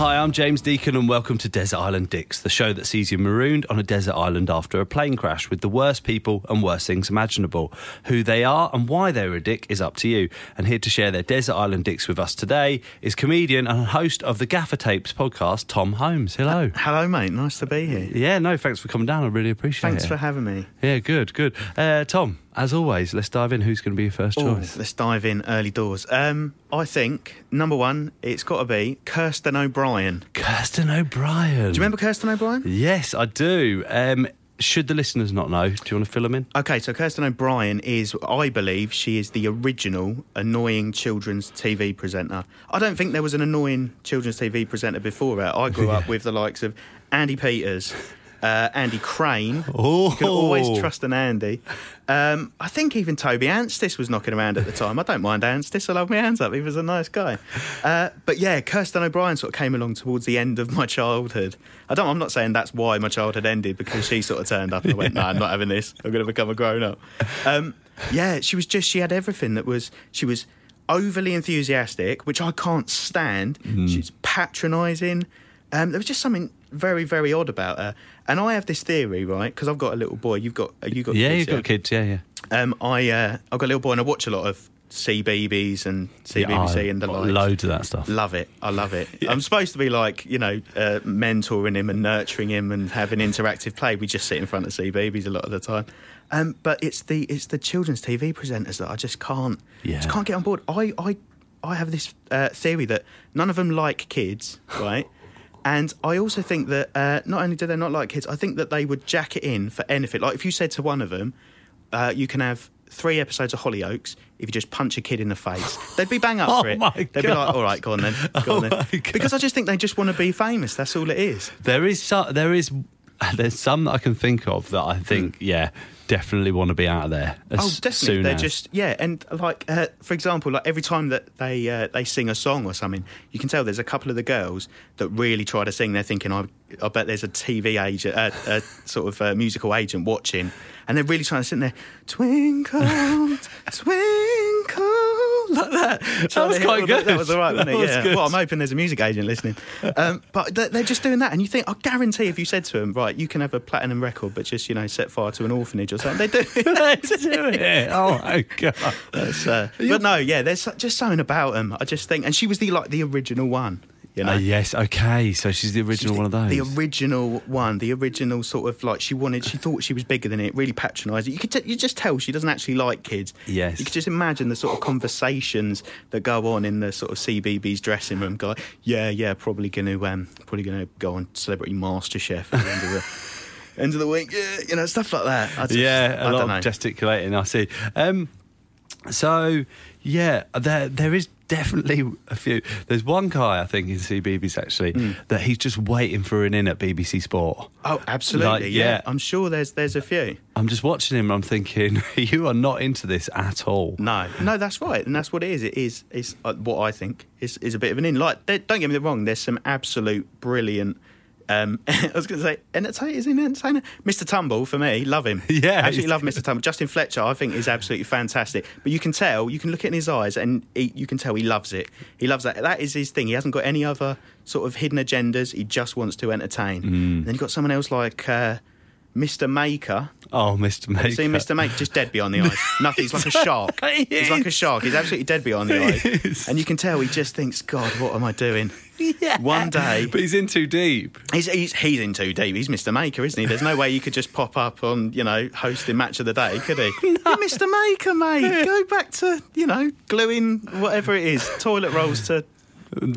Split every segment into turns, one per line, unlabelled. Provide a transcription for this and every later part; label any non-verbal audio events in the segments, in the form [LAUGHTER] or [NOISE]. Hi, I'm James Deacon, and welcome to Desert Island Dicks, the show that sees you marooned on a desert island after a plane crash with the worst people and worst things imaginable. Who they are and why they're a dick is up to you. And here to share their Desert Island Dicks with us today is comedian and host of the Gaffer Tapes podcast, Tom Holmes.
[LAUGHS]
Hello.
Hello, mate. Nice to be here.
Yeah, no, thanks for coming down. I really appreciate
Thanks
it.
for having me.
Yeah, good, good. Uh, Tom, as always, let's dive in. Who's going to be your first
Ooh,
choice?
let's dive in early doors. Um, I think number one, it's got to be Kirsten O'Brien. Do
Kirsten O'Brien. Do
you remember Kirsten O'Brien?
Yes, I do. Um, should the listeners not know? Do you want to fill them in?
Okay, so Kirsten O'Brien is, I believe, she is the original annoying children's TV presenter. I don't think there was an annoying children's TV presenter before her. I grew up with the likes of Andy Peters. Uh, Andy Crane. You can always
Oh.
trust an Andy. Um, I think even Toby Anstis was knocking around at the time. I don't mind Anstis. I love my hands up. He was a nice guy. Uh, but yeah, Kirsten O'Brien sort of came along towards the end of my childhood. I don't. I'm not saying that's why my childhood ended because she sort of turned up and I went, "No, I'm not having this. I'm going to become a grown up." Um, yeah, she was just. She had everything that was. She was overly enthusiastic, which I can't stand.
Mm-hmm.
She's patronising. Um, there was just something very, very odd about her. And I have this theory, right? Because I've got a little boy. You've got you got
Yeah,
kids,
you've got kids. Yeah, yeah.
Um, I uh, I've got a little boy, and I watch a lot of CBBS and CBBC and the
Oh,
like.
loads of that stuff.
Love it. I love
[LAUGHS]
it. I'm supposed to be like, you know, uh, mentoring him and nurturing him and having interactive play. We just sit in front of CBeebies a lot of the time. Um, but it's the it's the children's TV presenters that I just can't
Yeah.
just can't get on board. I I, I have this uh, theory that none of them
[LAUGHS]
like kids, right? And I also think that uh, not only do they not like kids, I think that they would jack it in for anything. Like if you said to one of them, uh, you can have three episodes of Hollyoaks if you just punch a kid in the face, they'd be bang up
[LAUGHS] Oh
for it.
my
They'd be
God.
like, all right, [LAUGHS] go on then.
[LAUGHS]
Go on
Oh
then.
my God.
Because I just think they just want to be famous. That's all it is.
There is some, there is [LAUGHS] there's some that I can think of that I think yeah definitely want to be out of there. As
Hmm. Oh, definitely.
Soon
They're
as. [LAUGHS]
just yeah, and like uh, for example, like every time that they uh, they sing a song or something, you can tell there's a couple of the girls that really try to sing. They're thinking, I, I bet there's a TV agent, uh, a sort of uh, musical agent watching, and they're really trying to sit there, twinkle,
[LAUGHS]
twinkle, like that. Trying
was
to
quite
hit all the-
good.
That was all right, wasn't
That
it?
was
yeah.
good.
Well, I'm hoping there's a music agent listening, um, but they're, they're just doing that, and you think, I guarantee, if you said to them, right, you can have a platinum record, but just you know, set fire to an orphanage or something, they do.
[LAUGHS] Let's do it. Oh my god.
That's, uh, but no, yeah, there's so- just something about them. I just think, and she was the like the original one, you know.
Ah, yes. Okay. So she's the original one of those.
The original one, the original sort of like she wanted, she thought she was bigger than it. Really patronising. You could, t- you just tell she doesn't actually like kids.
Yes.
you could just imagine the sort of conversations that go on in the sort of CBB's dressing room. Guy, yeah, yeah, probably going to, um, probably going to go on Celebrity MasterChef at the end of
[LAUGHS]
the end of the week. Yeah, you know, stuff like that. I just-
yeah, a lot
I don't
of
know.
gesticulating. I see. Um, so yeah, there there is definitely a few. There's one guy I think in CBeebies actually
Hmm.
that he's just waiting for an in at BBC Sport.
Oh, absolutely.
Like,
yeah.
yeah.
I'm sure there's there's a few.
I'm just watching him. and I'm thinking [LAUGHS] you are not into this at all.
No, no, that's right, and that's what it is. It is is uh, what I think is is a bit of an in. Like, there- don't get me wrong. There's some absolute brilliant Um, [LAUGHS] I was going to say, entertain, is he an entertainer? Mr. Tumble, for me, love him.
[LAUGHS] Yeah,
Absolutely
he's-
love Mr. Tumble. Justin Fletcher, I think, is absolutely fantastic. But you can tell, you can look in his eyes and he, you can tell he loves it. He loves that. That is his thing. He hasn't got any other sort of hidden agendas. He just wants to
Mm.
entertain. And then you've got someone else like uh, Mr. Maker.
Oh, Mr. Maker.
[LAUGHS] See, Mr. Make just dead beyond
[LAUGHS]
the eyes. Nothing. He's like a shark.
He
He's like a
is.
shark. He's absolutely dead beyond the eyes.
is.
And you can tell he just thinks, God, what am I
[LAUGHS]
doing? One day,
But he's in too deep.
he's, he's he's in too deep. He's Mr. Maker, isn't he? There's no way you could just pop up on you know hosting match of the day, could
[LAUGHS]
he? You're Mr. Maker, mate. Go back to you know gluing whatever it is, toilet rolls to.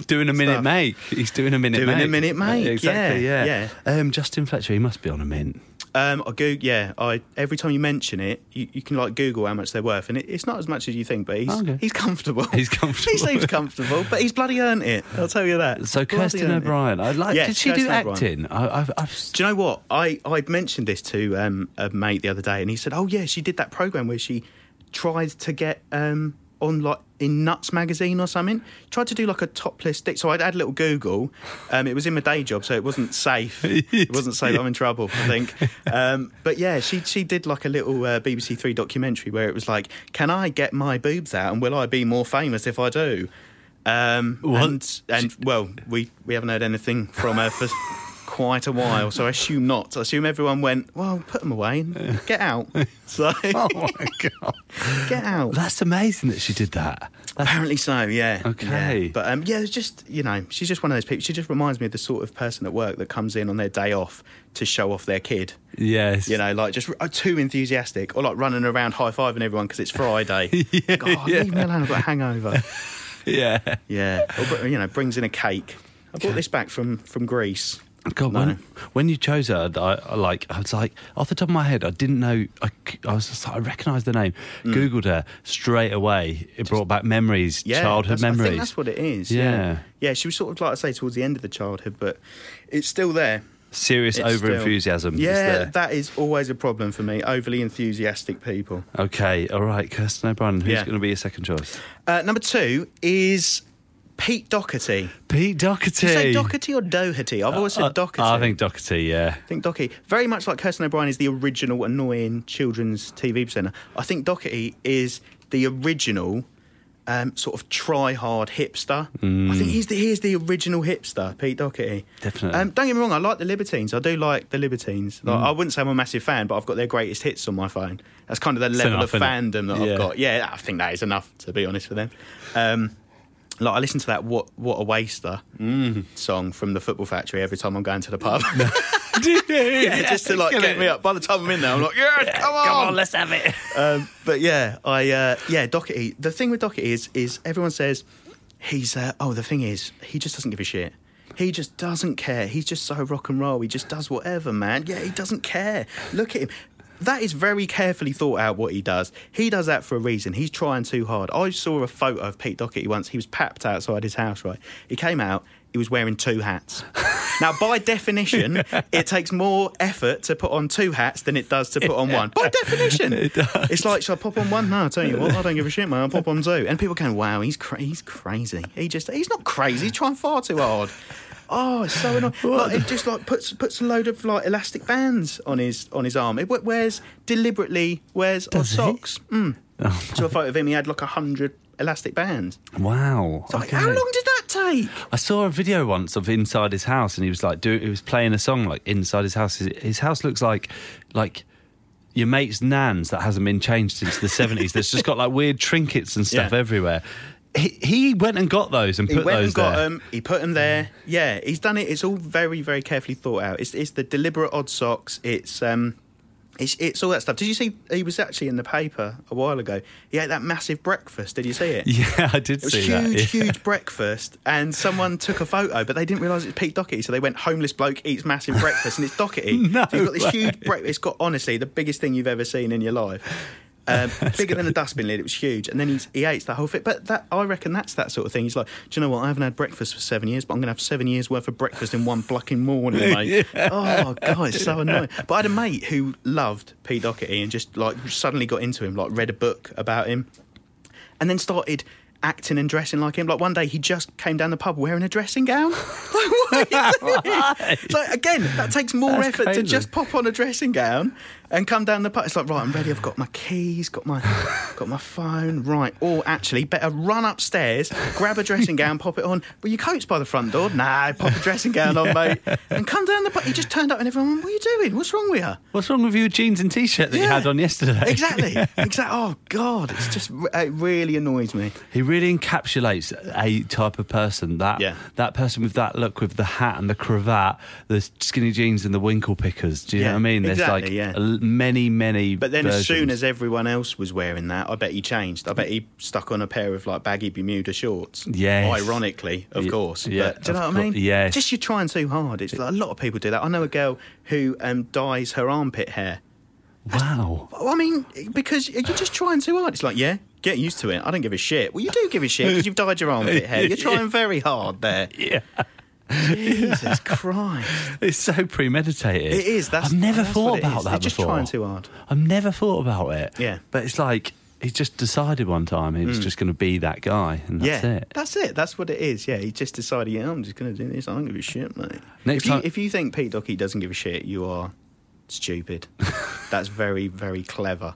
Doing a minute
Stuff.
make. He's doing a minute
Doing a
make.
minute make,
Exactly,
yeah,
yeah. Um, Justin Fletcher, he must be on a mint.
Um, I go, yeah. I every time you mention it, you, you can like Google how much they're worth, and it, it's not as much as you think, but he's
Okay.
he's comfortable.
[LAUGHS] He's comfortable.
he seems comfortable, but he's bloody earned it. I'll tell you that.
So
Bloody
Kirsten
earned it.
O'Brien, I like.
Yes,
did she do
Kirsten O'Brien.
acting? I, I've, I've,
Do you know what? I, I mentioned this to um, a mate the other day, and he said, "Oh yeah, she did that program where she tried to get um, on like in Nuts magazine or something. Tried to do like a topless dick." So I'd had a little Google. Um, it was in my day job, so it wasn't safe. it wasn't safe. I'm in trouble, I think. Um, but yeah, she she did like a little uh, BBC Three documentary where it was like, "Can I get my boobs out, and will I be more famous if I do?" Um, And, and well, we, we haven't heard anything from her for quite a while, so I assume not. I assume everyone went, well, put them away and
[LAUGHS]
get out. So
oh my god,
get out.
that's amazing that she did that.
Apparently so, yeah.
Okay.
Yeah. But um, yeah, it's just, you know, she's just one of those people. She just reminds me of the sort of person at work that comes in on their day off to show off their kid.
Yes,
You know, like just uh, too enthusiastic or like running around high fiving everyone because
[LAUGHS]
it's Friday. God, leave me alone. I've got a hangover.
yeah.
Yeah, or, br- you know, brings in a cake. I bought this back from from Greece.
God,
No.
when when you chose her, I, I like I was like off the top of my head, I didn't know. I, c- I was just like, I recognised the name,
Hmm.
googled her straight away. It brought back memories,
Yeah,
childhood
that's-
memories.
I think that's what it is.
Yeah.
yeah, Yeah, She was sort of like I say towards the end of the childhood, but it's still there.
Serious
It's
over enthusiasm.
still- Yeah, that is always a problem for me. Overly enthusiastic people.
okay, all right, Kirsten O'Brien. Who's
Yeah.
going to be your second choice?
Uh, number two is Pete Doherty.
Pete Doherty.
Do you say Doherty or Doherty? I've always
Uh, I-
said Doherty.
I think Doherty. Yeah.
I think Doherty, very much like Kirsten O'Brien is the original annoying children's TV presenter, I think Doherty is the original um, sort of try hard hipster. I think he's the, he is the original hipster, Pete Doherty.
Mm. Definitely. Mm.
Um, don't get me wrong, I like the Libertines. I do like the Libertines. Like, I wouldn't say I'm a massive fan, but I've got their greatest hits on my phone. That's kind of the level
enough, isn't
of
it?
fandom that
Yeah.
I've got. Yeah, I think that is enough, to be honest with them. Um, like I listen to that "What What a Waster"
Mm.
song from the Football Factory every time I'm going to the
[LAUGHS]
pub. [LAUGHS] [LAUGHS] yeah, just to like
Kill
get
it. Oh.
me up. By the time I'm in there, I'm like, yeah, come on.
let's have it.
um, but yeah, I uh, yeah, Doherty. The thing with Doherty is, is everyone says he's uh, oh, the thing is, he just doesn't give a shit. He just doesn't care. He's just so rock and roll. He just does whatever, man. Yeah, he doesn't care. Look at him. That is very carefully thought out what he does. He does that for a reason. He's trying too hard. I saw a photo of Pete Doherty once. He was papped outside his house, right? He came out, he was wearing two hats. now, by definition, it takes more effort to put on two hats than it does to put on one. By definition, it's like, should I pop on one? No, I tell you what, I don't give a shit, man. I'll pop on two. And people going, wow, he's, cra- he's crazy. He just, he's not crazy. He's trying far too hard. Oh, it's so annoying. Like, it just like puts puts a load of like elastic bands on his on his arm. It we- wears deliberately wears odd
he?
socks. Mm. So a photo of him, he had like a hundred elastic bands.
Wow.
It's like,
okay.
how long did that take?
I saw a video once of inside his house, and he was like doing, he was playing a song like inside his house. His, his house looks like, like your mate's nan's that hasn't been changed since the seventies. That's just got like weird trinkets and stuff
Yeah.
everywhere. He, he went and got those and
He
put
went
those
and got
there.
them. He put them there. Yeah, he's done it. It's all very, very carefully thought out. It's it's the deliberate odd socks. It's um, it's it's all that stuff. Did you see? He was actually in the paper a while ago. He ate that massive breakfast. Did you see it?
[LAUGHS] Yeah, I did
It was
see
huge,
that. yeah.
huge breakfast, and someone took a photo, but they didn't realise it was Pete Doherty, so they went homeless bloke eats massive breakfast, and it's
[LAUGHS]
Doherty.
No
so you've got this
way.
huge breakfast. It's got honestly the biggest thing you've ever seen in your life.
[LAUGHS]
Um, bigger than a dustbin lid, it was huge, and then he's, he ate the whole thing. But that I reckon that's that sort of thing. He's like, do you know what? I haven't had breakfast for seven years, but I'm going to have seven years worth of breakfast in one
[LAUGHS]
blocking morning, mate. Oh god, it's so annoying. But I had a mate who loved Pete Doherty and just like suddenly got into him, like read a book about him and then started acting and dressing like him. Like one day he just came down the pub wearing a dressing gown. [LAUGHS] Like, what are
[LAUGHS]
you doing? So again, that takes more
That's
effort
crazy.
to just pop on a dressing gown and come down the pub. It's like right, I'm ready. I've got my keys,
[LAUGHS]
got my got my phone. Right, or actually, better run upstairs, grab a dressing gown, pop it on. Well, your coat's by the front door. Nah, pop a dressing gown on, mate,
[LAUGHS]
and come down the pub. He just turned up and everyone, went, what are you doing? What's wrong with you?
[LAUGHS] What's wrong with your jeans and t-shirt that you
Yeah.
had on yesterday?
Exactly. Exactly. Oh God, it's just it really annoys me.
He really encapsulates a type of person. That
Yeah.
that person with that look, with the hat and the cravat, the skinny jeans and the winkle pickers. Do you know
Yeah,
what I mean? There's
exactly,
like
yeah.
l- many, many.
But then, as soon
versions.
as everyone else was wearing that, I bet he changed. I bet he stuck on a pair of like baggy Bermuda shorts.
Yes.
Ironically, of
Ye-
course.
yeah,
But do you
of
know what
cour-
I mean?
yes.
Just you're trying too hard. It's like a lot of people do that. I know a girl who um, dyes her armpit hair. [LAUGHS]
wow,
Well, I mean, because you're just trying too hard. It's like, yeah, get used to it. I don't give a shit. Well, you do give a shit because you've dyed your armpit hair.
[LAUGHS]
You're trying very hard there.
yeah,
Jesus Christ.
[LAUGHS] it's so premeditated.
It is. That's
I've never
that's
thought
what it
about
is.
that
They're
before.
just trying too hard.
I've never thought about it.
Yeah. Mm.
but it's like he just decided one time he was just going to be that guy, and that's
yeah,
it.
That's it. That's what it is. Yeah, he just decided, yeah, I'm just going to do this. I don't give a shit, mate.
Next
if, you,
time-
if you think Pete Doherty doesn't give a shit, you are
[LAUGHS]
stupid. that's very, very clever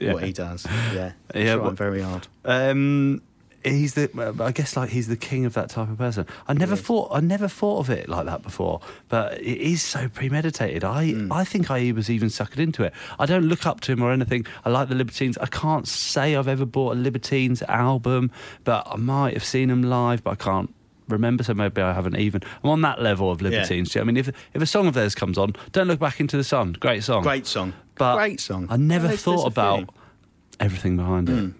Yeah.
what he does. Yeah.
[LAUGHS] Yeah,
He's trying
but-
very hard.
Um, he's the. well, I guess like he's the king of that type of person. I never thought. I never thought of it like that before. But it is so premeditated. I.
Mm.
I think I was even suckered into it. I don't look up to him or anything. I like the Libertines. I can't say I've ever bought a Libertines album, but I might have seen them live. But I can't. Remember, so maybe I haven't even. I'm on that level of Libertines. Do you know what I mean, if if a song of theirs comes on, don't look back into the sun. Great song,
Great song.
but
Great song.
I never
There's- there's
thought
a
about
feeling.
everything behind it.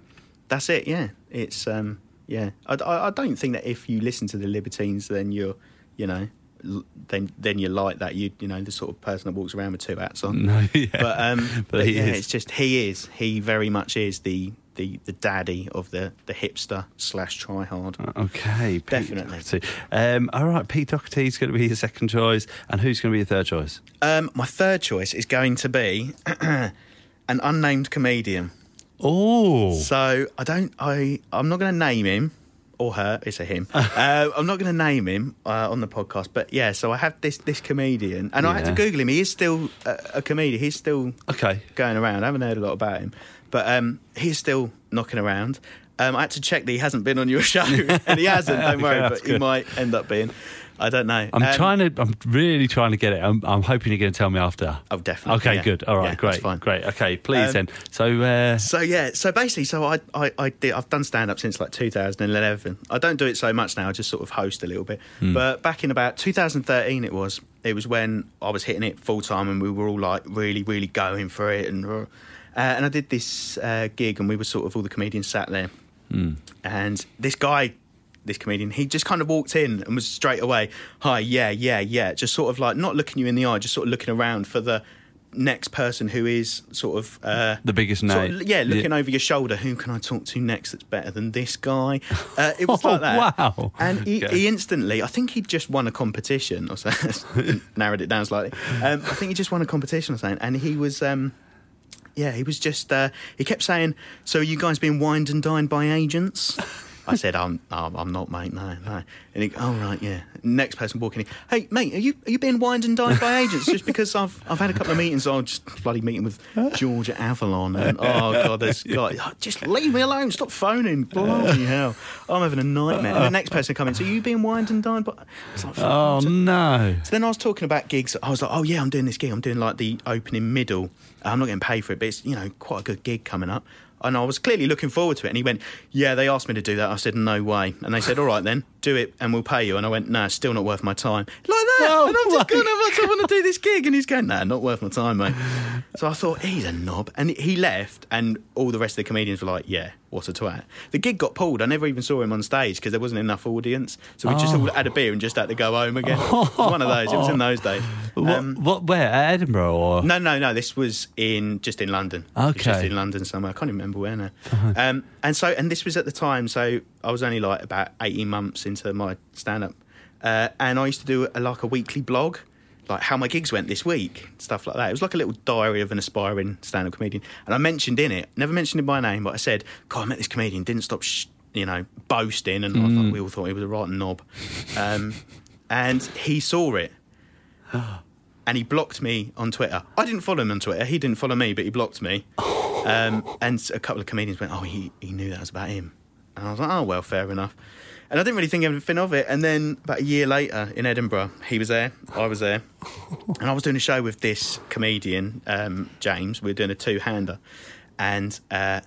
That's it. Yeah. It's, um, yeah. I, I, I don't think that if you listen to the Libertines, then you're, you know, l- then then you're like that. You you know, the sort of person that walks around with two hats on.
No, [LAUGHS] yeah.
but um,
But
but
he
yeah,
is.
it's just he is. He very much is the the, the daddy of the the hipster slash tryhard.
Okay, Pete
Definitely.
Doherty. Um, all right, Pete Doherty is going to be your second choice, and who's going to be your third choice?
Um, my third choice is going to be [CLEARS THROAT] an unnamed comedian.
Oh,
So I don't. I I'm not going to name him or her. It's
[LAUGHS]
a him. uh, I'm not going to name him uh, on the podcast. But yeah, so I have this this comedian, and I had to
Yeah.
Google him. He is still a, a comedian. He's still
Okay.
going around. I haven't heard a lot about him, but um, he's still knocking around. Um, I had to check that he hasn't been on your [LAUGHS] show, and he hasn't.
[LAUGHS]
Don't worry,
that's
but he
good.
might end up being. I don't know.
I'm
Um,
trying to. I'm really trying to get it. I'm, I'm hoping you're going to tell me after.
Oh, definitely,
Okay,
yeah.
good. All right,
Yeah, that's
great,
fine.
great. Okay, please
Um,
then. So, uh,
So yeah, so basically, so I I, I did, I've done stand up since like 2011. I don't do it so much now. I just sort of host a little bit. But back in about 2013, it was it was when I was hitting it full time, and we were all like really really going for it. And uh, and I did this uh, gig, and we were sort of all the comedians sat there, and this guy. This comedian, he just kind of walked in and was straight away, hi, yeah, yeah, yeah. Just sort of like not looking you in the eye, just sort of looking around for the next person who is sort of uh,
The biggest
sort of-
name.
yeah, looking
Yeah.
over your shoulder. Who can I talk to next that's better than this guy? Uh, it was
[LAUGHS]
like
Oh,
that.
wow.
And he,
Okay.
he instantly, I think he'd just won a competition or something. [LAUGHS] narrowed it down slightly. Um, I think he just won a competition or something. And he was. Um, yeah, he was just. Uh, he kept saying, "So you guys been wined and dined by agents?" I said, "I'm, I'm, I'm not, mate. No, no." And he, "Oh right, yeah." Next person walking in, "Hey, mate, are you are you being wined and dined by agents? Just because I've I've had a couple of meetings. I was just bloody meeting with George at Avalon, and oh god, there's God, oh, just leave me alone. Stop phoning. Bloody hell, I'm having a nightmare." And the next person coming, "So you being wined and dined by?" It's like,
oh no,
so then I was talking about gigs. I was like, oh yeah, I'm doing this gig. I'm doing like the opening middle. I'm not getting paid for it, but it's you know quite a good gig coming up. And I was clearly looking forward to it. And he went, yeah, they asked me to do that. I said, no way. And they said, all right then, do it, and we'll pay you. And I went, no, it's still not worth my time. Like that.
Oh,
and I'm just
my
going, I just want to do this gig. And he's going, no, not worth my time, mate. So I thought he's a knob, and he left. And all the rest of the comedians were like, yeah, what a twat. The gig got pulled. I never even saw him on stage because there wasn't enough audience. So we just all had a beer and just had to go home again. It was one of those. It was in those days.
what,
Um,
what? Where? At Edinburgh or?
no, no, no. This was in just in London. It was just
Okay.
in London somewhere. I can't even remember where now. Um, and so, and this was at the time. So I was only like about eighteen months into my stand up, uh, and I used to do a, like a weekly blog, like how my gigs went this week, stuff like that. It was like a little diary of an aspiring stand up comedian. And I mentioned in it, never mentioned him by name, but I said, "God, I met this comedian. Didn't stop." Sh- you know, boasting, and I thought- we all thought he was a rotten knob. Um, and he saw it, and he blocked me on Twitter. I didn't follow him on Twitter. He didn't follow me, but he blocked me. Um, and a couple of comedians went, "Oh, he he knew that was about him," and I was like, "Oh, well, fair enough." And I didn't really think anything of it. And then about a year later in Edinburgh, he was there, I was there, and I was doing a show with this comedian, um, James. We were doing a two-hander, and uh,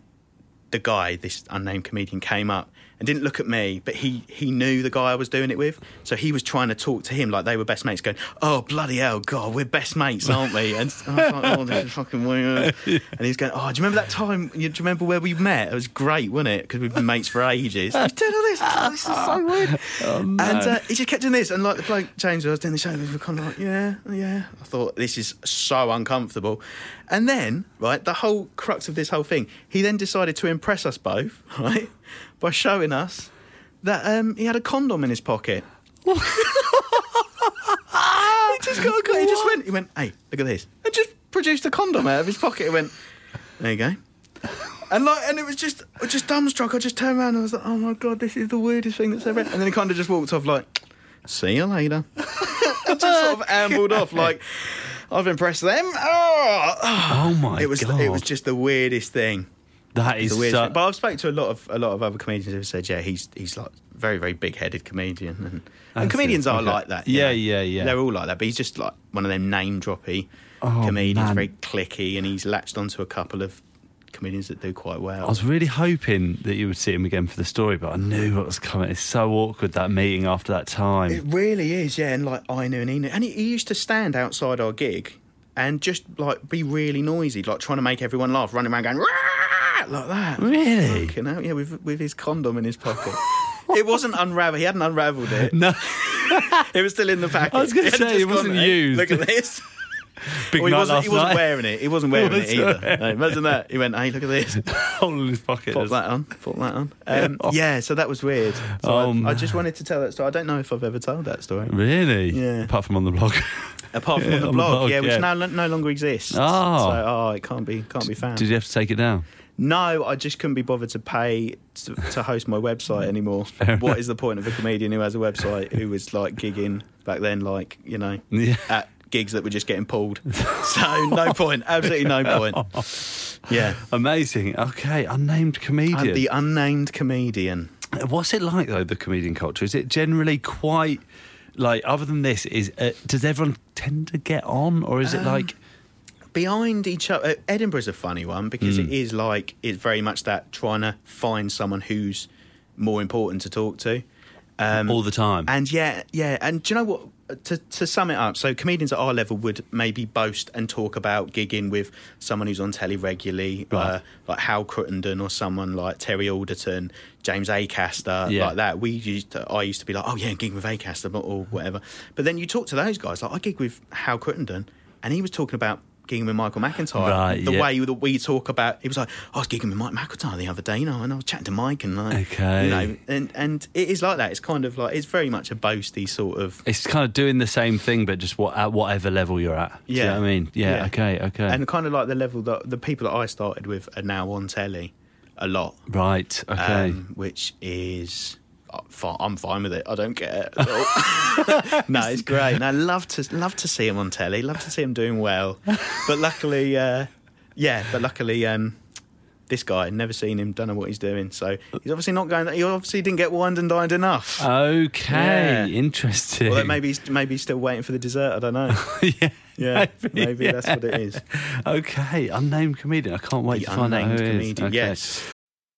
the guy, this unnamed comedian, came up and didn't look at me, but he he knew the guy I was doing it with, so he was trying to talk to him like they were best mates, going, "Oh bloody hell, God, we're best mates, aren't we?" And I was like, "Oh, this is fucking weird." And he's going, "Oh, do you remember that time? you- Do you remember where we met? It was great, wasn't it? Because we've been mates for ages." I was doing all this. oh, this is so weird. And uh, he just kept doing this, and like the bloke James, who I was doing the show, with, we were kind of like, "Yeah, yeah." I thought this is so uncomfortable. And then, right, the whole crux of this whole thing, he then decided to impress us both, [LAUGHS] right, by showing us that um, he had a condom in his pocket. he just got a condom. He just went. He went. Hey, look at this. And just produced a condom out of his pocket. and went. There you go. And like, and it was just, I was just dumbstruck. I just turned around and I was like, "Oh my god, this is the weirdest thing that's ever." And then he kind of just walked off, like, "See you later." [LAUGHS] and just sort of ambled off, like, "I've impressed them." Oh,
Oh my
it was,
god!
it was just the weirdest thing.
that
The
is
weirdest
so,
thing. But I've spoke to a lot of a lot of other comedians who said, "Yeah, he's he's like very very big headed comedian," and,
That's
and comedians
it.
are
Okay.
like that.
Yeah,
you know.
yeah, yeah.
They're all like that. But he's just like one of them name droppy
Oh,
comedians,
man.
very clicky, and he's latched onto a couple of comedians that do quite well.
I was really hoping that you would see him again for the story, but I knew what was coming. It's so awkward that meeting after that time.
It really is, yeah. And like I knew and he knew, and he, he used to stand outside our gig and just like be really noisy, like trying to make everyone laugh, running around going "Rah!" like that.
Really?
Fucking hell, yeah, with with his condom in his pocket. it wasn't unraveled. He hadn't unravelled it.
no,
It was still in the
[LAUGHS]
packet.
I was gonna
He hadn't
say, it
just
wasn't
gone, "Hey,
used."
Look at this.
[LAUGHS] [LAUGHS] big
Or he
night
wasn't,
last
he wasn't
night. [LAUGHS] uh,
wearing it. He wasn't wearing it
Wasn't
either.
wearing
No, imagine that. He went, "Hey, look
[LAUGHS]
at this."
Hole in his pocket.
Pop that on. Pop
[LAUGHS]
that on. Um, yeah. So that was weird. So
Oh,
I, I
man.
just wanted to tell that story. I don't know if I've ever told that story.
Really?
Yeah.
Apart from on the blog.
Apart from
Yeah,
on the
on the
blog,
blog,
yeah, which
yeah.
now no longer exists.
Oh.
so, oh, it can't be can't be found.
Did you have to take it down?
No, I just couldn't be bothered to pay to, to host my
[LAUGHS]
website anymore. what is the point of a comedian who has a website who was like gigging back then, like you know,
Yeah.
at gigs that were just
[LAUGHS]
getting pulled? so no point, absolutely no point. Yeah,
Amazing. Okay, unnamed comedian.
and the unnamed comedian.
What's it like though? The comedian culture is it generally quite like other than this? Is uh, does everyone tend to get on, or is it
Uh,
like
behind each other. Edinburgh's a funny one because
Hmm.
it is like it's very much that trying to find someone who's more important to talk to. Um,
all the time?
and yeah, yeah. And do you know what? To, to sum it up, so comedians at our level would maybe boast and talk about gigging with someone who's on telly regularly, uh,
Right.
like Hal Crittenden or someone like Terry Alderton, James Acaster,
Yeah.
like that. We used to, I used to be like, oh yeah, gig with Acaster but- or whatever. But then you talk to those guys, like I gig with Hal Crittenden, and he was talking about gigging with Michael McIntyre.
Right,
the
yeah.
way that we talk about, he was like, I was gigging with Mike McIntyre the other day, you know, and I was chatting to Mike and like,
Okay.
you know, and and it is like that. It's kind of like it's very much a boasty sort of.
it's kind of doing the same thing, but just what at whatever level you're at. Do you know what I mean, yeah, Okay. Okay.
And kind of like the level that the people that I started with are now on telly a lot,
right. Okay.
um, which is. I'm fi- I'm fine with it. I don't care. At all.
[LAUGHS]
[LAUGHS] no, it's great, and I love to love to see him on telly. Love to see him doing well. But luckily, uh, yeah. But luckily, um, this guy I'd never seen him. Don't know what he's doing. So he's obviously not going. He obviously didn't get wined and dined enough.
okay.
yeah.
Interesting.
Although maybe he's, maybe he's still waiting for the dessert. I don't know.
[LAUGHS] yeah.
Yeah, maybe, that's what it is.
Okay, unnamed comedian. I can't wait
The
to find out who
unnamed
it is.
comedian.
Okay.
Yes.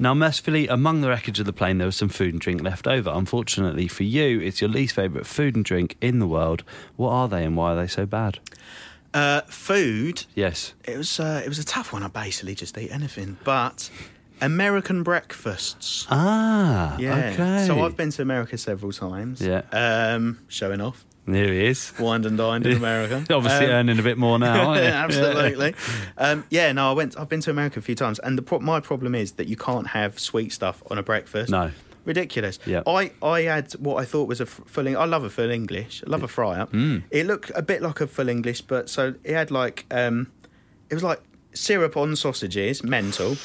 Now, mercifully, among the wreckage of the plane, there was some food and drink left over. Unfortunately for you, it's your least favourite food and drink in the world. What are they and why are they so bad?
Uh, food.
Yes.
It was uh, it was a tough one. I basically just eat anything, but American breakfasts.
Ah,
Yeah.
okay.
So I've been to America several times.
Yeah.
Um, showing off.
There he is. [LAUGHS]
Wined and dined in America.
Obviously
Um,
earning a bit more now,
[LAUGHS]
aren't you?
Absolutely. Um, yeah, no, I went. I've been to America a few times, and the pro- my problem is that you can't have sweet stuff on a breakfast.
No.
ridiculous.
Yeah.
I I had what I thought was a f- full. Eng- I love a full English. I love a fry up.
Mm.
It looked a bit like a full English, but so it had like um, it was like syrup on sausages, mental.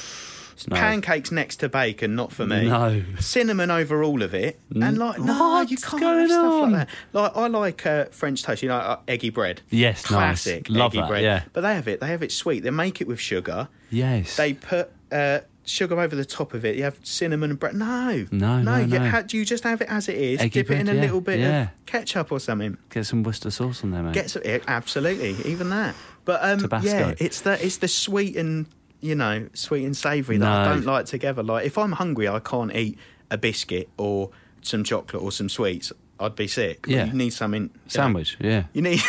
No.
Pancakes next to bacon, not for me.
No.
cinnamon over all of it, and like no, you
What's
can't
going
have stuff
on?
like that. Like I like uh, French toast, you know, uh, eggy bread.
Yes, nice.
classic
Love
eggy
that,
bread.
yeah.
But they have it. They have it sweet. They make it with sugar.
Yes.
They put uh, sugar over the top of it. You have cinnamon and bread. No,
No, no,
You,
no.
ha- you just have it as it is.
Eggy
dip it in
bread,
a
yeah,
little bit
yeah.
of ketchup or something.
Get some Worcester sauce on there, mate.
Get some, yeah, absolutely, even that. But um,
Tabasco.
yeah, it's the it's the sweet and you know sweet and savoury that
No.
I don't like together. Like if I'm hungry, I can't eat a biscuit or some chocolate or some sweets. I'd be sick.
Yeah.
you need something you know,
Sandwich, yeah.
you
[LAUGHS]
need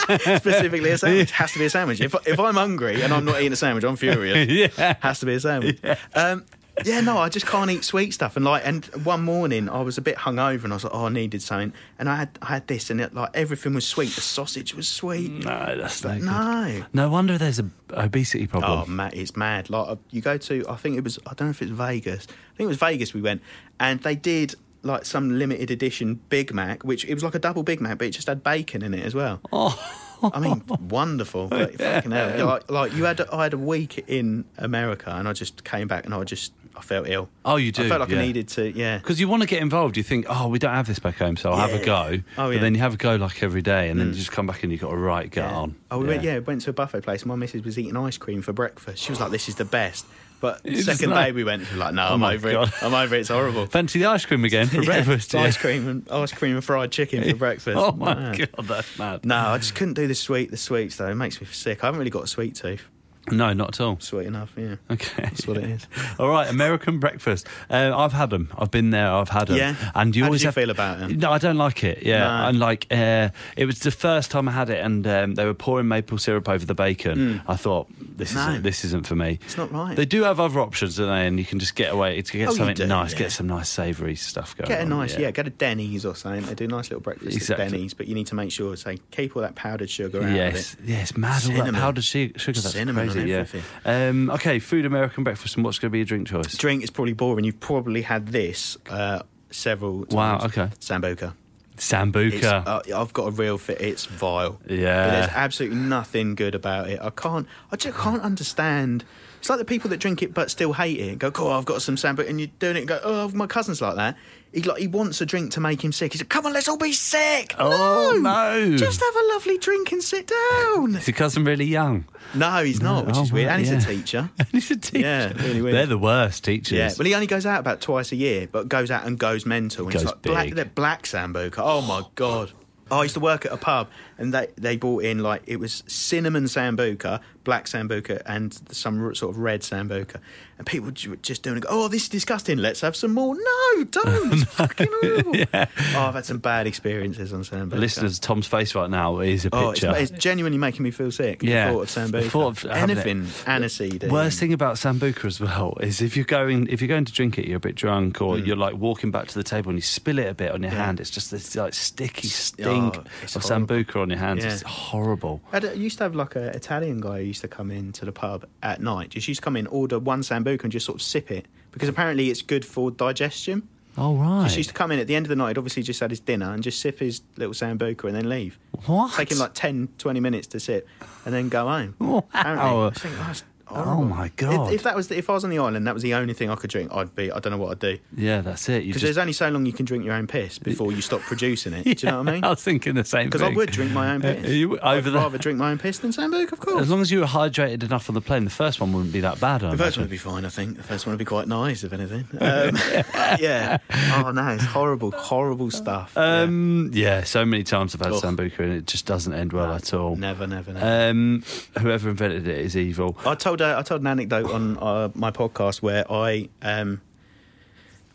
specifically a sandwich. Has to be a sandwich. If if I'm hungry and I'm not eating a sandwich, I'm furious.
[LAUGHS] Yeah.
Has to be a sandwich. Um, yeah, no, I just can't eat sweet stuff. And like, and one morning I was a bit hungover, and I was like, oh, I needed something, and I had I had this, and it, like everything was sweet. The sausage was sweet.
No, that's no. good.
No.
No wonder there's a obesity problem.
Oh, Matt, it's mad. Like uh, you go to, I think it was, I don't know if it's Vegas. I think it was Vegas we went, and they did like some limited edition Big Mac, which it was like a double Big Mac, but it just had bacon in it as well. Oh. I mean,
[LAUGHS]
wonderful. But fucking hell. Like, like you had, I had a week in America, and I just came back, and I just, I felt ill.
Oh, you do,
I felt like
yeah.
I needed to, yeah.
Because you want to get involved, you think, oh, we don't have this back home, so I'll have a
Yeah.
go.
Oh,
But
yeah.
then you have a go like every day, and then you just come back and you've got a right gut on.
Oh, we went, yeah, went to a buffet place. My missus was eating ice cream for breakfast. She was like, "This is the best."
[LAUGHS]
But
It's
second
like-
day we went, she was like, "No,
Oh
I'm
my
over
God.
it. I'm over it. It's horrible."
Fancy the ice cream
[LAUGHS]
again for
Yeah,
breakfast.
it's Ice cream and ice cream and fried chicken for
[LAUGHS]
breakfast.
Oh, my
Nah.
God, that's mad.
No, I just couldn't do the sweet. The sweets though, it makes me sick. I haven't really got a sweet tooth.
No, not at all.
Sweet enough, yeah.
Okay.
That's what it is.
[LAUGHS] All right, American breakfast. Uh, I've had them. I've been there. I've had them.
Yeah?
And you
How did
always
you
have-
feel about 'em?
No, I don't like it. Yeah,
No.
and like uh, it was the first time I had it, and um, they were pouring maple syrup over the bacon. I thought this
Mm. No.
isn't this isn't for me.
It's not right.
They do have other options, don't they? And you can just get away to get
Oh, you
something
do,
nice,
yeah.
get some nice savoury stuff going.
Get a
on,
nice, yeah. Get a Denny's or something. They do nice little breakfast
Oh, Exactly.
at Denny's, but you need to make sure to say keep all that powdered sugar out
Yes,
of it.
yes, mad all that
Cinnamon.
powdered su- sugar. That's
Cinnamon on
crazy. yeah.
everything.
Um, okay, food, American breakfast, and what's going to be your drink choice?
Drink is probably boring. You've probably had this uh, several. times.
Wow, okay.
Sambuca.
Sambuca.
It's, uh, I've got a real fit. It's vile.
Yeah.
There's absolutely nothing good about it. I can't. I just can't understand. It's like the people that drink it but still hate it. Go, cool. I've got some sambuca, and you're doing it. and Go, oh, my cousin's like that. He like he wants a drink to make him sick. He's like, come on, let's all be sick.
Oh, no.
Just have a lovely drink and sit down.
Is your cousin really young?
no, he's not, which
Oh,
is weird.
right,
And he's
yeah.
a teacher.
[LAUGHS] And he's a teacher.
Yeah, really weird.
They're the worst teachers.
Yeah, well, he only goes out about twice a year, but goes out and goes mental. And
Goes
it's like black,
big.
they're black sambuca. Oh my god! I used to work at a pub, and they they brought in like it was cinnamon sambuca, black sambuca, and some r- sort of red sambuca, and people ju- were just doing. it, Oh, this is disgusting. Let's have some more. No,
[LAUGHS]
don't. It's fucking horrible. Oh, I've had some bad experiences on sambuca.
Listeners, Tom's face right now is a
Oh, it's,
picture.
it's genuinely making me feel sick.
Yeah.
the thought of sambuca,
The thought of having it.
anything aniseed. in.
Worst thing about sambuca as well is if you're going if you're going to drink it, you're a bit drunk,
Hmm.
or you're like walking back to the table and you spill it a bit on your hand. It's just this like sticky stink
oh, it's
of
horrible.
sambuca on your hands.
Yeah.
It's horrible.
I d- used to have like an Italian guy who used to come in to the pub at night. Just used to come in, order one sambuca, and just sort of sip it because apparently it's good for digestion.
All
Just
right.
used to come in at the end of the night. He'd obviously just had his dinner and just sip his little sambuca and then leave.
What?
Take him like 10, 20 minutes to sip and then go home.
Wow.
Apparently. I just think, oh, that's horrible.
my
If-
God.
If, that was the, if I was on the island, that was the only thing I could drink. I'd be. I don't know what I'd do
Yeah, that's it. You
because
just
there's only so long you can drink your own piss before you stop producing it. Do
[LAUGHS]
you know what I mean?
I was thinking the same thing.
Because I would drink my own piss.
Uh, you- over
I'd
the-
rather drink my own piss than sambuca, of course.
As long as you were hydrated enough on the plane, the first one wouldn't be that bad. I
The first
imagine.
one would be fine, I think. The first one would be quite nice,
[LAUGHS]
if anything. Um, [LAUGHS] yeah. Oh, no, it's horrible, horrible stuff. Yeah. Oh.
Um, yeah. so many times I've had
Ugh.
sambuca and it just doesn't end well at all.
Never, never, never.
Um, whoever invented it is evil. [LAUGHS]
I told uh, I told an anecdote on uh, my podcast where I um,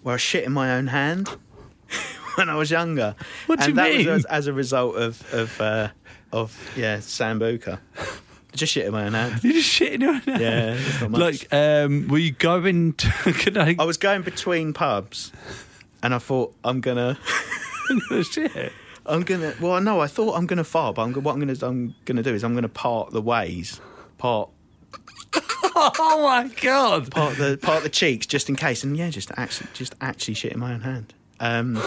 where I shit in my own hand [LAUGHS] when I was younger.
What do
and
you
that
mean?
was as, as a result of of uh, of yeah sambuca. Just shit in my
[LAUGHS]
own hand.
You just shitting your hand.
Yeah, it's not much.
Like, um, were you going to. [LAUGHS] Could I,
I was going between pubs, and I thought I'm gonna,
shit.
I'm gonna. Well, no, I thought I'm gonna fart, but I'm, go- what I'm gonna, I'm gonna do is I'm gonna part the ways, part,
Oh my God. [LAUGHS]
part the, part the cheeks, just in case. And yeah, just actually, just actually shit in my own hand. Um,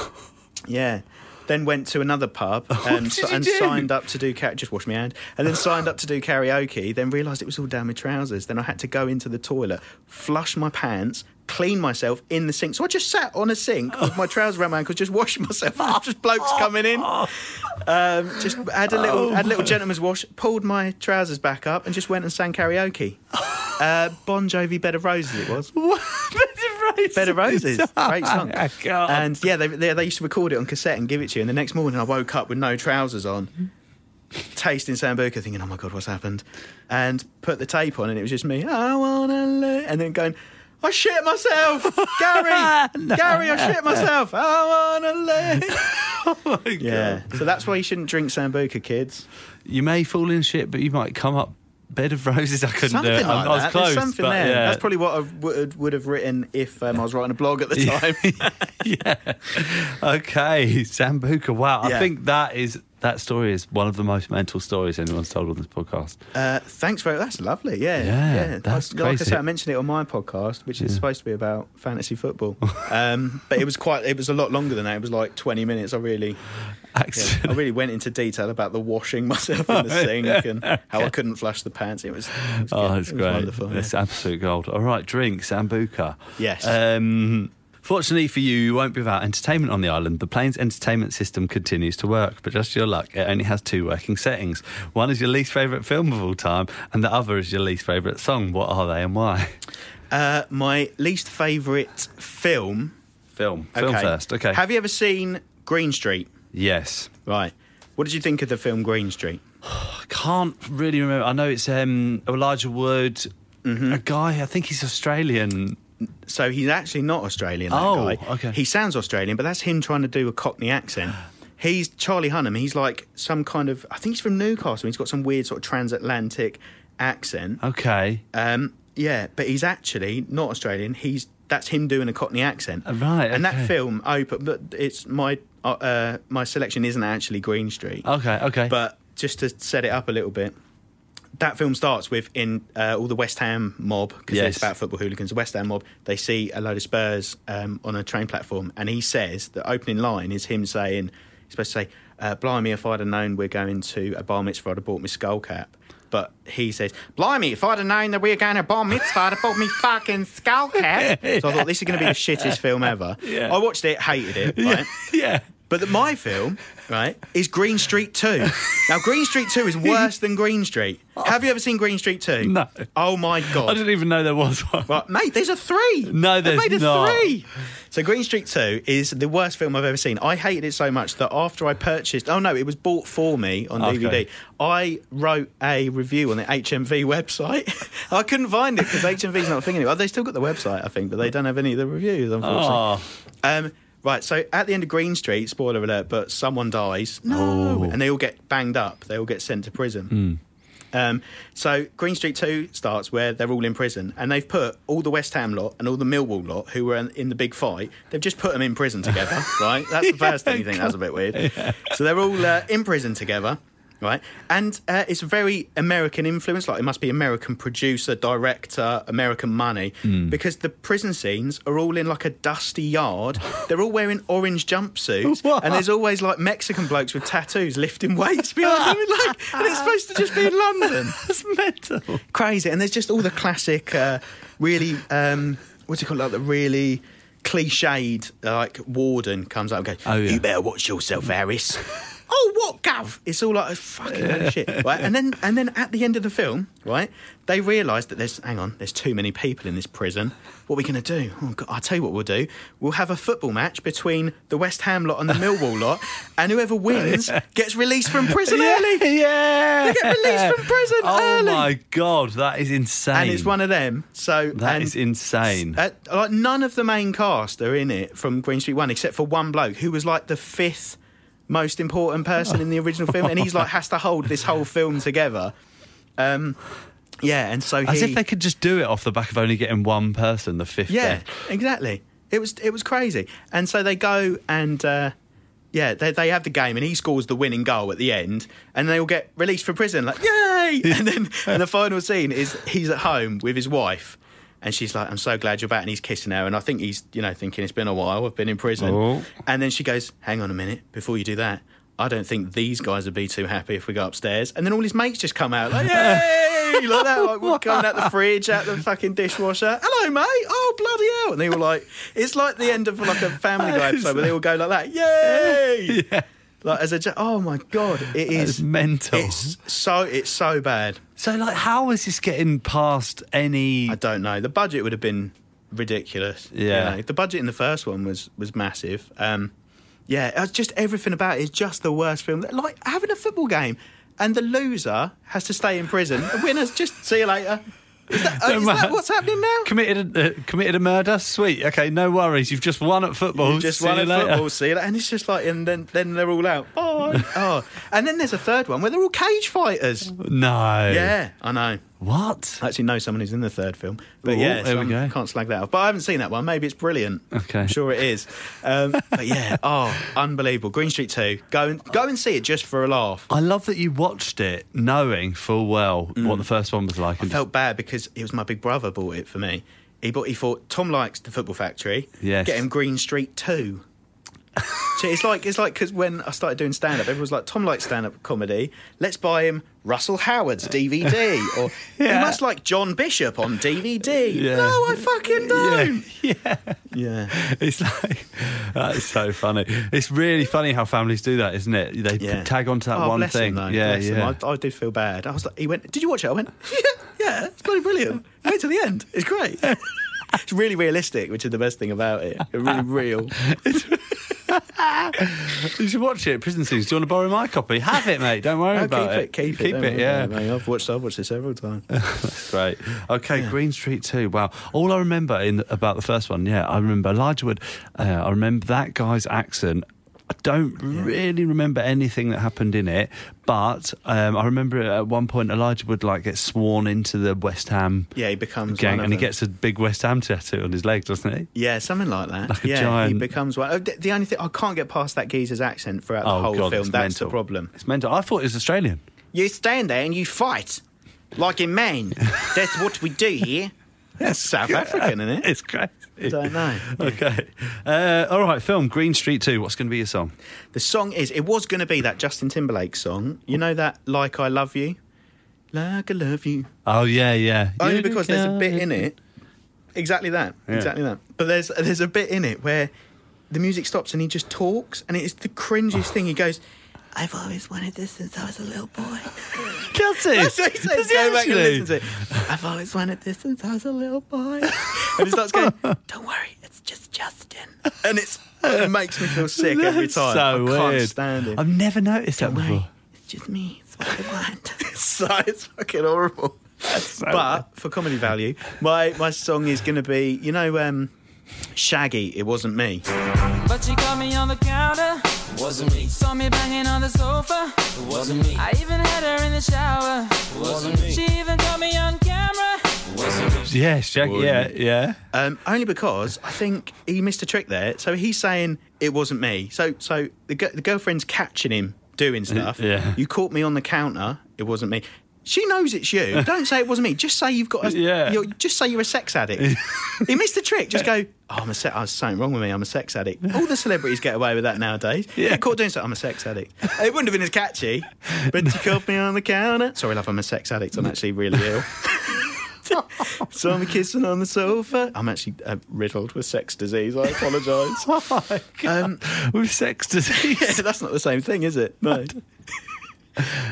yeah. Then went to
[LAUGHS]
another pub um,
did
so-
you
and
do?
signed up to do karaoke. Just wash my hand. And then signed up to do karaoke. Then realised it was all down my trousers. Then I had to go into the toilet, flush my pants, clean myself in the sink. So I just sat on a sink with my trousers around my ankles, just washing myself. just blokes coming in. Um, just had a little, had a little gentleman's wash. Pulled my trousers back up and just went and sang karaoke. Uh, bon Jovi, Bed of Roses. It
[LAUGHS]
was.
Bed of Roses.
Bed
[LAUGHS]
of Roses. Great song.
Oh, God.
And yeah, they, they, they used to record it on cassette and give it to you. And the next morning, I woke up with no trousers on, tasting Sambuca, thinking, oh my God, what's happened? And put the tape on, and it was just me, I wanna live. And then going, I shit myself, Gary,
[LAUGHS]
Gary, I shit myself, I wanna live.
Oh my
Yeah.
God.
So that's why you shouldn't drink Sambuca, kids.
You may fall in shit, but you might come up. Bed of Roses. I couldn't
Something
do
like
it. I, I was
that.
close.
There's something
but
there.
Yeah.
That's probably what I would, would have written if um, I was writing a blog at the
[LAUGHS]
time.
yeah. Okay, Sambuca. Wow, I
Yeah.
think that is that story is one of the most mental stories anyone's told on this podcast.
Uh, thanks very. That's lovely. Yeah,
Yeah, that's
like, like I
crazy.
said, I mentioned it on my podcast, which is supposed to be about
[LAUGHS]
fantasy football. um, but it was quite. It was a lot longer than that. It was like twenty minutes. I really, yeah, I
Accident.
really went into detail about the washing myself in
[LAUGHS]
the sink and how I couldn't flush the pants. It was. It was
Oh,
good.
it's
It was
great.
Wonderful. yeah.
It's absolute gold. All right, drink Sambuca.
Yes.
Um, fortunately for you, you won't be without entertainment on the island. The plane's entertainment system continues to work, but just your luck, it only has two working settings. One is your least favourite film of all time, and the other is your least favourite song. What are they and why?
Uh, my least favourite film.
Film. Film first. Okay.
Have you ever seen Green Street?
yes.
Right. What did you think of the film Green Street?
can't really remember. I know it's um, Elijah Wood,
Mm-hmm.
a guy. I think he's Australian.
So he's actually not Australian. That
Oh,
guy.
okay.
He sounds Australian, but that's him trying to do a
[SIGHS]
Cockney accent. He's Charlie Hunnam. He's like some kind of. I think he's from Newcastle. He's got some weird sort of transatlantic accent.
Uh. Okay,
Um, yeah, but he's actually not Australian. He's that's him doing a Cockney accent.
Right,
And
okay.
that film open, but it's my uh, uh, my selection isn't actually Green Street.
okay, okay.
But just to set it up a little bit, that film starts with in uh, all the West Ham mob because
Yes.
it's about football hooligans. The West Ham mob they see a load of Spurs um, on a train platform, and he says the opening line is him saying he's supposed to say, uh, "Blimey, if I'd have known we're going to a bar mitzvah, I'd have bought my skull cap." But he says, "Blimey, if I'd have known that we were going to a bar mitzvah, I'd have bought me fucking
[LAUGHS]
skull cap." So I thought this is going to be the shittest film ever.
Yeah.
I watched it, hated it. Right?
[LAUGHS] yeah,
But the,
[LAUGHS]
my film, right, is Green Street 2. Now, Green Street 2 is worse than
[LAUGHS]
Green Street. Have you ever seen Green Street 2?
No.
Oh, my God.
I didn't even know there was
[LAUGHS]
one.
Right, mate, there's a three.
No,
They
there's
made a
not.
three. So Green Street Two is the worst film I've ever seen. I hated it so much that after I purchased, oh no, it was bought for me on
Okay.
DVD. I wrote a review on the HMV [LAUGHS] website. I couldn't find it because HMV's not thinking it. Well, they still got the website, I think, but they don't have any of the reviews,
Oh,
unfortunately. Um, right, so at the end of Green Street, spoiler alert, but someone dies. No, and they all get banged up. They all get sent to prison. Um, so Green Street 2 starts where they're all in prison and they've put all the West Ham lot and all the Millwall lot who were in, in the big fight, they've just put them in prison together, right? That's the first thing you think, that's a bit weird. So they're all uh, in prison together, right? And uh, it's very American influence, like it must be American producer, director, American money, because the prison scenes are all in like a dusty yard. they're all wearing orange jumpsuits and there's always like Mexican blokes with tattoos lifting weights behind them. Like, and it's supposed to just be in London
that's mental.
[LAUGHS] crazy. And there's just all the classic, uh, really, um, what's it called? Like the really cliched, uh, like warden comes up and goes,
Oh, yeah.
"You better watch yourself, Harris." [LAUGHS] oh, what, Gav? It's all like fucking load of shit, right? And then, and then at the end of the film, right, they realise that there's hang on, there's too many people in this prison. What are we going to do? Oh, God, I'll tell you what we'll do. We'll have a football match between the West Ham lot and the Millwall lot, and
[LAUGHS]
whoever wins gets released from prison early.
Yeah,
They get released from prison
Oh
early.
my god, that is insane.
and it's one of them. So
That
and
is insane.
Uh, like none of the main cast are in it from Green Street One, except for one bloke who was like the fifth most important person in the original film, and he's like has to hold this whole film together. Um, yeah, and so
As
he,
if they could just do it off the back of only getting one person, the fifth
Yeah,
dead.
exactly. It was it was crazy. And so they go and uh, yeah, they they have the game and he scores the winning goal at the end and they all get released from prison like yay! And then and the final scene is he's at home with his wife. And she's like, I'm so glad you're back. And he's kissing her. And I think he's, you know, thinking it's been a while. I've been in prison.
Oh.
[LAUGHS] And then she goes, Hang on a minute. Before you do that, I don't think these guys would be too happy if we go upstairs. And then all his mates just come out like, Yay! like that. Like, we're coming out the fridge, out the fucking dishwasher. Hello, mate. Oh, bloody hell. And they all like, It's like the end of like a family guy episode where they all go like that. Yay! Like, as a, jo- oh my God. It
It's
is.
mental.
It's so, it's so bad.
So, like, how is this getting past any?
I don't know. The budget would have been ridiculous. you
Yeah.
know. the budget in the first one was was massive. Um, yeah, it was just everything about it is just the worst film. Like having a football game, and the loser has to stay in prison. The winner's just see you later. Is that, uh, is
matter.
that what's happening now?
Committed a, uh, committed a murder. Sweet. Okay, no worries. You've just won at football.
You just
See
won
you
at
later.
football, see you later. And it's just like, and then then they're all out.
[LAUGHS]
Bye. oh, and then there's a third one where they're all cage fighters.
No.
Yeah, I know.
What?
I actually know someone who's in the third film, but
Ooh,
yeah,
there
so
we
I'm-
go.
can't slag that off. But I haven't seen that one. Maybe it's brilliant.
Okay.
I'm sure it is. Um,
[LAUGHS]
but yeah, oh, unbelievable. Green Street Two. Go and go and see it just for a laugh.
I love that you watched it knowing full well what the first one was like.
Mm. I felt bad because it was my big brother bought it for me. He bought. He thought Tom likes the Football Factory.
Yes.
Get him Green Street
[LAUGHS]
Two. so it's like it's like because when I started doing stand up, everyone was like, Tom likes stand up comedy. Let's buy him Russell Howard's DVD, or
[LAUGHS] Yeah.
he must like John Bishop on DVD.
Yeah.
No, I fucking don't.
Yeah.
yeah.
[LAUGHS] It's like that's so funny. It's really funny how families do that, isn't it? They p- tag onto that
one
one thing.
though.
yeah,
Oh, Bless him.
yeah.
I, I did feel bad. I was like, he went, "Did you watch it?" I went, "Yeah, yeah, it's bloody brilliant. Wait to the end.
[LAUGHS]
It's great. it's really realistic, which is the best thing about it.
[LAUGHS]
It's really real.
[LAUGHS] You should watch it. Prison scenes. Do you want to borrow my copy? Have it, mate. Don't worry
Oh,
about it.
keep it, keep,
Keep
Don't
it.
worry
yeah.
about it, mate. I've watched, I've watched it
[LAUGHS]
several times.
That's great. Okay, Green Street Two. Wow. All I remember in about the first one, yeah, I remember Elijah Wood. Uh, I remember that guy's accent. I don't really remember anything that happened in it, but um, I remember at one point Elijah Wood like gets sworn into the West Ham
Yeah, he becomes
gang,
one of
and he
them.
gets a big West Ham tattoo on his leg, doesn't he?
Yeah, something like that.
Like a
yeah, he
giant-
becomes one. oh, The the only thing I can't get past that geezer's accent throughout the whole film.
Oh, it's
That's the
mental.
problem.
It's mental. I thought it was Australian. [LAUGHS]
You stand there and you fight like a man.
[LAUGHS]
That's what we do here. That's South African, isn't it?
It's crazy.
don't know.
[LAUGHS] Okay. Uh, all right, film Green Street Two. What's going to be your song?
[LAUGHS] The song is. It was going to be that Justin Timberlake song. You know that "Like I Love You," like I love you.
Oh yeah, yeah.
Only
You
because there's a bit in
got
it. Exactly that.
Yeah.
Exactly that. But there's there's a bit in it where the music stops and he just talks, and it's the cringiest thing. He goes. I've always wanted this since I was a little boy.
Does he?
That's what he says.
Does he
Go back and
actually?
listen to it. I've always wanted this since I was a little boy. and he starts [LAUGHS] going, "Don't worry, it's just Justin." And it's it makes me feel sick every
That's
time.
So
I can't
weird.
stand it.
I've never noticed that
Don't
before.
worry, It's just me. It's what I want. so [LAUGHS] it's fucking horrible. but for comedy value, my, my song is going to be, you know, um, Shaggy, It Wasn't Me.
But she caught me on the counter.
Wasn't me,
Saw me banging on the sofa.
wasn't me,
I even had her in the shower.
wasn't me,
She even caught me on camera.
wasn't me.
Yeah, Shag- yeah,
[LAUGHS]
yeah.
Um, only because I think he missed a trick there. So he's saying, It Wasn't Me. So so the, gi- the girlfriend's catching him doing stuff.
yeah.
You caught me on the counter. It wasn't me. She knows it's you.
[LAUGHS]
Don't say it wasn't me. Just say you've got a.
Yeah.
You're, just say you're a sex addict. he missed the trick. Just go. Oh, I'm a sex. There's something wrong with me. I'm a sex addict. All the celebrities get away with that nowadays.
Yeah.
You're caught doing something. I'm a sex addict. It wouldn't have been as catchy. But you caught me on the counter. Sorry, love. I'm a sex addict. I'm actually really ill. So I'm kissing on the sofa. I'm actually uh, riddled with sex disease.
[LAUGHS]
I apologise. um,
Oh,
[LAUGHS]
With sex
yeah,
disease.
that's not the same thing, is it? No.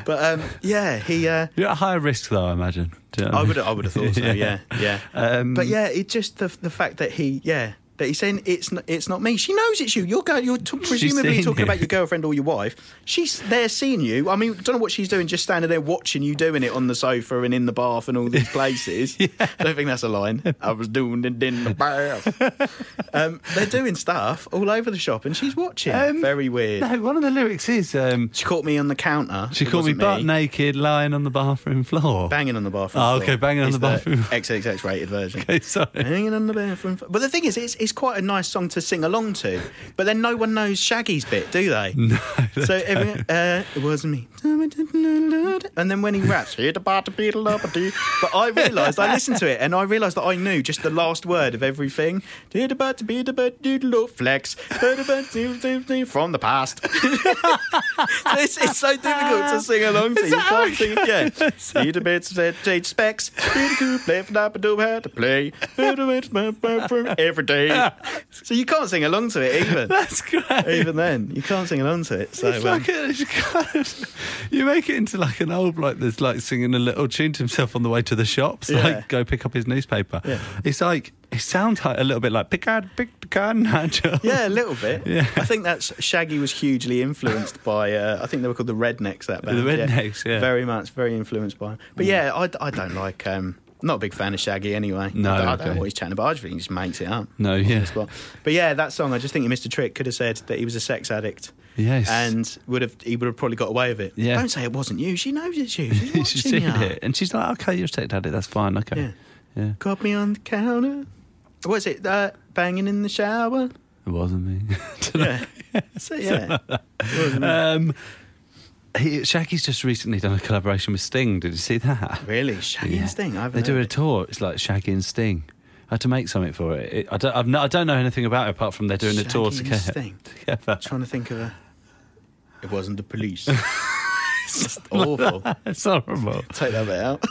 but um, yeah, he. Uh,
You're at higher risk, though, I imagine. Do you know what
I
mean? [LAUGHS]
would. I would have thought so. Yeah, yeah.
Um,
but yeah, it just the the fact that he. Yeah, that he's saying it's not, it's not me. She knows it's you. You're go, you're t- presumably
seen
talking
you.
about your girlfriend or your wife. She's there seeing you. I mean, don't know what she's doing, just standing there watching you doing it on the sofa and in the bath and
[LAUGHS]
all these places. I don't think that's a line. I was doing it in the bath.
[LAUGHS]
um, they're doing stuff all over the shop, and she's watching.
Um,
Very weird.
No, one of the lyrics is um,
She caught me on the counter.
she
It
called me
wasn't
butt naked, lying on the bathroom floor.
Banging on the bathroom.
Oh,
floor
okay, banging on
is
the bathroom.
XXX rated version.
Okay, sorry.
Hanging on the bathroom. floor. But the thing is, it's, it's quite a nice song to sing along to. But then no one knows Shaggy's bit, do they? No. So everyone, uh, it wasn't me. And then when he raps, "Hit the bada beetle up a dee." but I realised, I listened to it and I realised that I knew just the last word of everything. Hit the bada beetle up a doodle Flex. Hit the bada beetle up a dee From the past. So [LAUGHS] it's, it's so difficult to sing along to. You can't
[LAUGHS]
sing again. Need a bit of change specs. Need a good play for that, but don't have to play. Need a bit of my- my- my- Every day. So you can't sing along to
[LAUGHS]
it even.
That's great.
Even then, you can't sing along to it. So
It's
um,
like a, it's kind of- you make it into like an old bloke that's like singing a little tune to himself on the way to the shops,
Yeah.
like go pick up his newspaper.
Yeah.
It's like it sounds like a little bit like Picard, Pic- Picard, [LAUGHS] Nigel.
[LAUGHS] yeah, a little
[LAUGHS]
bit.
Yeah.
I think that's Shaggy was hugely influenced by. Uh, I think they were called the Rednecks. That band.
Rednecks, yeah. Mm.
Very much, very influenced by. 'em. But yeah, I, I don't like. Um, not a big fan of Shaggy anyway.
No,
I don't, I
okay.
don't know what he's chatting about. I just think he just makes it up.
No,
on
yeah.
the spot. But yeah, that song. I just think he missed a trick. Could have said that he was a sex addict.
Yes. [LAUGHS]
And would have he would have probably got away with it.
Yeah.
Don't say it wasn't you. She knows it's
[LAUGHS]
you. She's watching
she's seen
you.
it, and she's like, "Okay, you're sick, Daddy. That's fine.
Yeah.
Okay,
Caught me on the counter. What's it? Uh, banging in the shower.
it wasn't me." [LAUGHS]
Yeah. so yeah. Wasn't it?
um, he, Shaggy's just recently done a collaboration with Sting. Did you see that?
Really, Shaggy and Sting. I haven't
they do
heard
a tour. It's like Shaggy and Sting. I had to make something for it. it I, don't, I've no, I don't know anything about it apart from they're doing a tour
Shaggy
together.
and Sting.
[LAUGHS] together.
trying to think of a. It wasn't
[LAUGHS]
the police. It's awful.
It's
[LAUGHS]
horrible.
Take that
[LAUGHS]
bit out.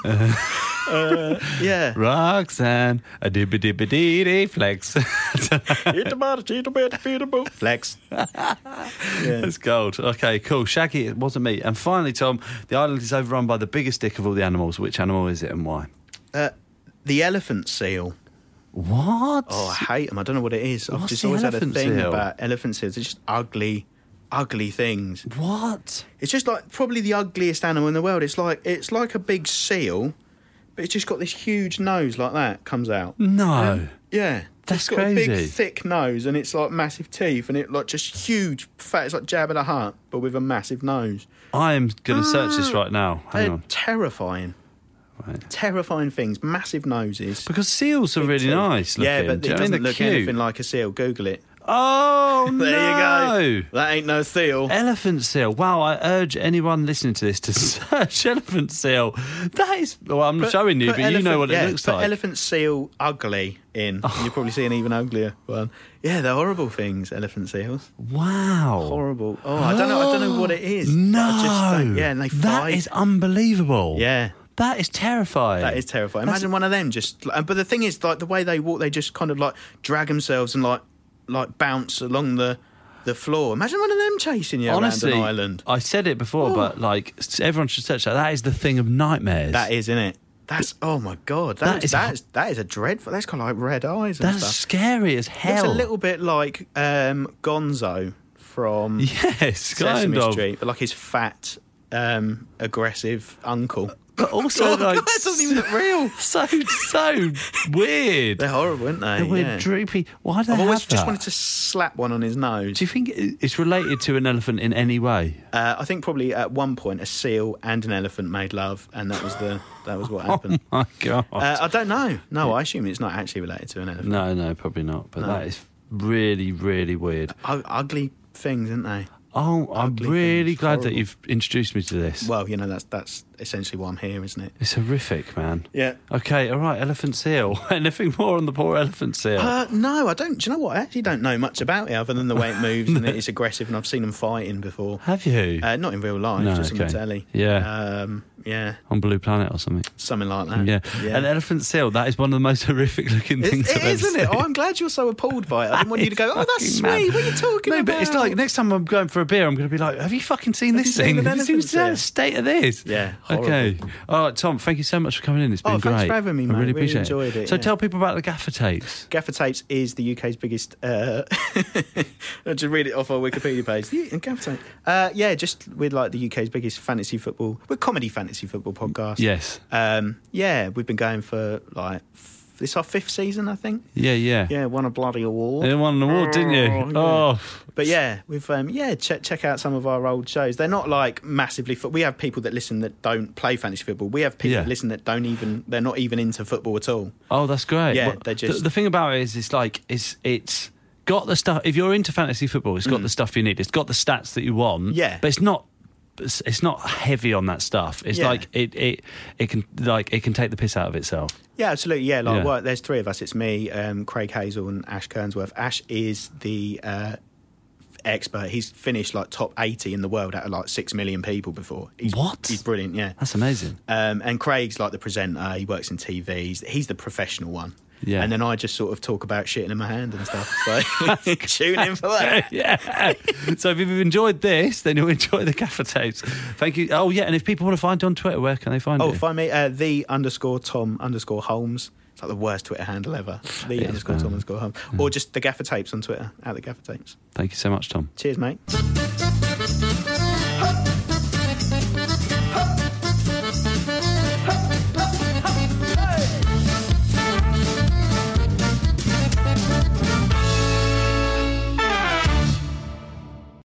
Uh, yeah.
Roxanne, a dibba dibba dee dee flex. [LAUGHS]
Eat the butter, eat the bit, feed the boot. Flex. Yeah.
That's gold. Okay, cool. Shaggy, it wasn't me. And finally, Tom, the island is overrun by the biggest dick of all the animals. Which animal is it and why?
Uh, the elephant seal.
What?
Oh, I hate them. I don't know what it is. I've
What's
just
the
always had a
elephant
thing
seal?
about elephant seals. They're just ugly, ugly things.
What?
It's just like probably the ugliest animal in the world. It's like it's like a big seal, but it's just got this huge nose like that comes out.
No.
Um, Yeah.
Mm. That's
it's got a
crazy.
big thick nose and it's like massive teeth and it like just huge fat it's like Jabba the Hutt but with a massive nose.
I am going to search
[GASPS]
this right now. Hang
They're
on.
terrifying.
Right.
Terrifying things, massive noses.
Because seals are
big
really
teeth.
nice looking.
Yeah, but it
Do you know what I mean?
doesn't
They're
look
cute.
anything like a seal. Google it.
Oh, no.
[LAUGHS] There you go. That ain't no seal.
Elephant seal. Wow, I urge anyone listening to this to [LAUGHS] search elephant seal. That is, well, I'm
Put-
showing you,
put
but you know
elephant-
what
yeah,
it looks
put
like.
Elephant seal ugly in.
[LAUGHS]
and You'll probably see an even uglier one. Yeah, they're horrible things, elephant seals.
wow.
Horrible. Oh, I don't know. I don't know what it is.
No.
I just don't- yeah, and they
That
fight.
is unbelievable.
Yeah.
That is terrifying.
That is terrifying.
That's-
Imagine one of them just. like, But the thing is, like the way they walk, they just kind of like drag themselves and like like bounce along the the floor. Imagine one of them chasing you
Honestly,
around an island.
I said it before, but like s- everyone should search that. That is the thing of nightmares.
That is, isn't it? That's oh my god.
That
That,
is
is that
ho-
is that is a dreadful. That's kind of like red eyes and
That is
stuff.
scary as
Looks
hell.
a little bit like um, Gonzo
[LAUGHS] [LAUGHS]
from
yes, kind
Sesame
of.
Street, but like his fat, um, aggressive uncle. [LAUGHS]
But also, like,
that doesn't even look
[LAUGHS]
real.
so so weird.
They're horrible, aren't they?
The weird
Yeah.
droopy. Why do they
I've always
have
just
that?
wanted to slap one on his nose.
Do you think it- it's related to an elephant in any way? [LAUGHS]
Uh, I think probably at one point a seal and an elephant made love, and that was the that was
[LAUGHS]
what happened.
Oh, My God.
Uh, I don't know. No, I assume it's not actually related to an elephant.
no, no, probably not. But that is really, really weird.
U- ugly things, aren't they?
Oh, I'm
Ugly
really
things,
glad that
horrible.
you've introduced me to this.
Well, you know that's that's essentially why I'm here, isn't it?
It's horrific, man.
Yeah.
Okay, all right, elephant seal. [LAUGHS] Anything more on the poor elephant seal?
Uh, no, I don't. Do you know what? I actually don't know much about it other than the way it moves and
[LAUGHS]
that it's aggressive, and I've seen them fighting before.
have you?
Uh, not in real life,
No,
just on
okay.
the telly.
Yeah.
Um, yeah,
on Blue Planet or something.
something like that.
Yeah. An elephant seal, that is one of the most horrific looking
It's-
things
It
I've ever
is, isn't it?
seen.
Oh, I'm glad you're so appalled by it. I didn't want you to go, oh, that's sweet.
Fucking mad.
What are you talking
no,
about?
but it's like next time I'm going for a beer, I'm going to be like, "Have you fucking seen
Have
this
you seen
thing?
an
Have you seen
elephant
the
seal?"
state of this?"
Yeah, horrible.
Okay. All right, Tom, thank you so much for coming in. It's been
Oh,
great.
thanks for having
I
me, mate.
really
Really
appreciate
enjoyed it,
So
yeah.
tell people about the gaffer tapes.
Gaffer tapes is the UK's biggest. Uh, [LAUGHS] I'll just read it off our Wikipedia page. The- Gaffer tape. Uh, yeah, just we're like the UK's biggest fantasy football. We're comedy fantasy football podcast.
Yes.
Um, yeah, we've been going for like f- this our fifth season, I think.
Yeah, yeah.
Yeah, won a bloody award.
You won an award, didn't you? Oh,
But yeah, we've um, yeah check check out some of our old shows. They're not like massively. Fo- we have people that listen that don't play fantasy football. We have people
Yeah.
that listen that don't even. They're not even into football at all.
oh, that's great.
Yeah,
Well,
they're
the-
just-
the, thing about it is, it's like it's it's got the stuff. If you're into fantasy football, it's got the stuff you need. It's got the stats that you want.
Mm. Yeah.
but it's not. It's, it's not heavy on that stuff. It's
Yeah.
like it, it it can like it can take the piss out of itself.
Yeah, absolutely. Yeah, like
Yeah.
well, there's three of us. It's me, um, Craig Hazel, and Ash Kernsworth. Ash is the uh, expert. He's finished like top 80 in the world out of like six million people before. He's,
What?
He's brilliant. Yeah.
That's
[LAUGHS]
amazing.
Um, and Craig's like the presenter. He works in TV. He's, he's the professional one.
Yeah.
And then I just sort of talk about shitting in my hand and stuff. So [LAUGHS] tune in for that.
yeah. so if you've enjoyed this, then you'll [LAUGHS] enjoy the gaffer tapes. Thank you. Oh yeah, and if people want to find you on Twitter, where can they find
Oh,
you?
find me uh, the underscore Tom underscore Holmes. It's like the worst Twitter handle ever. The underscore Tom underscore Holmes. Or just the gaffer tapes on Twitter. At the gaffer tapes.
Thank you so much, Tom.
Cheers, mate.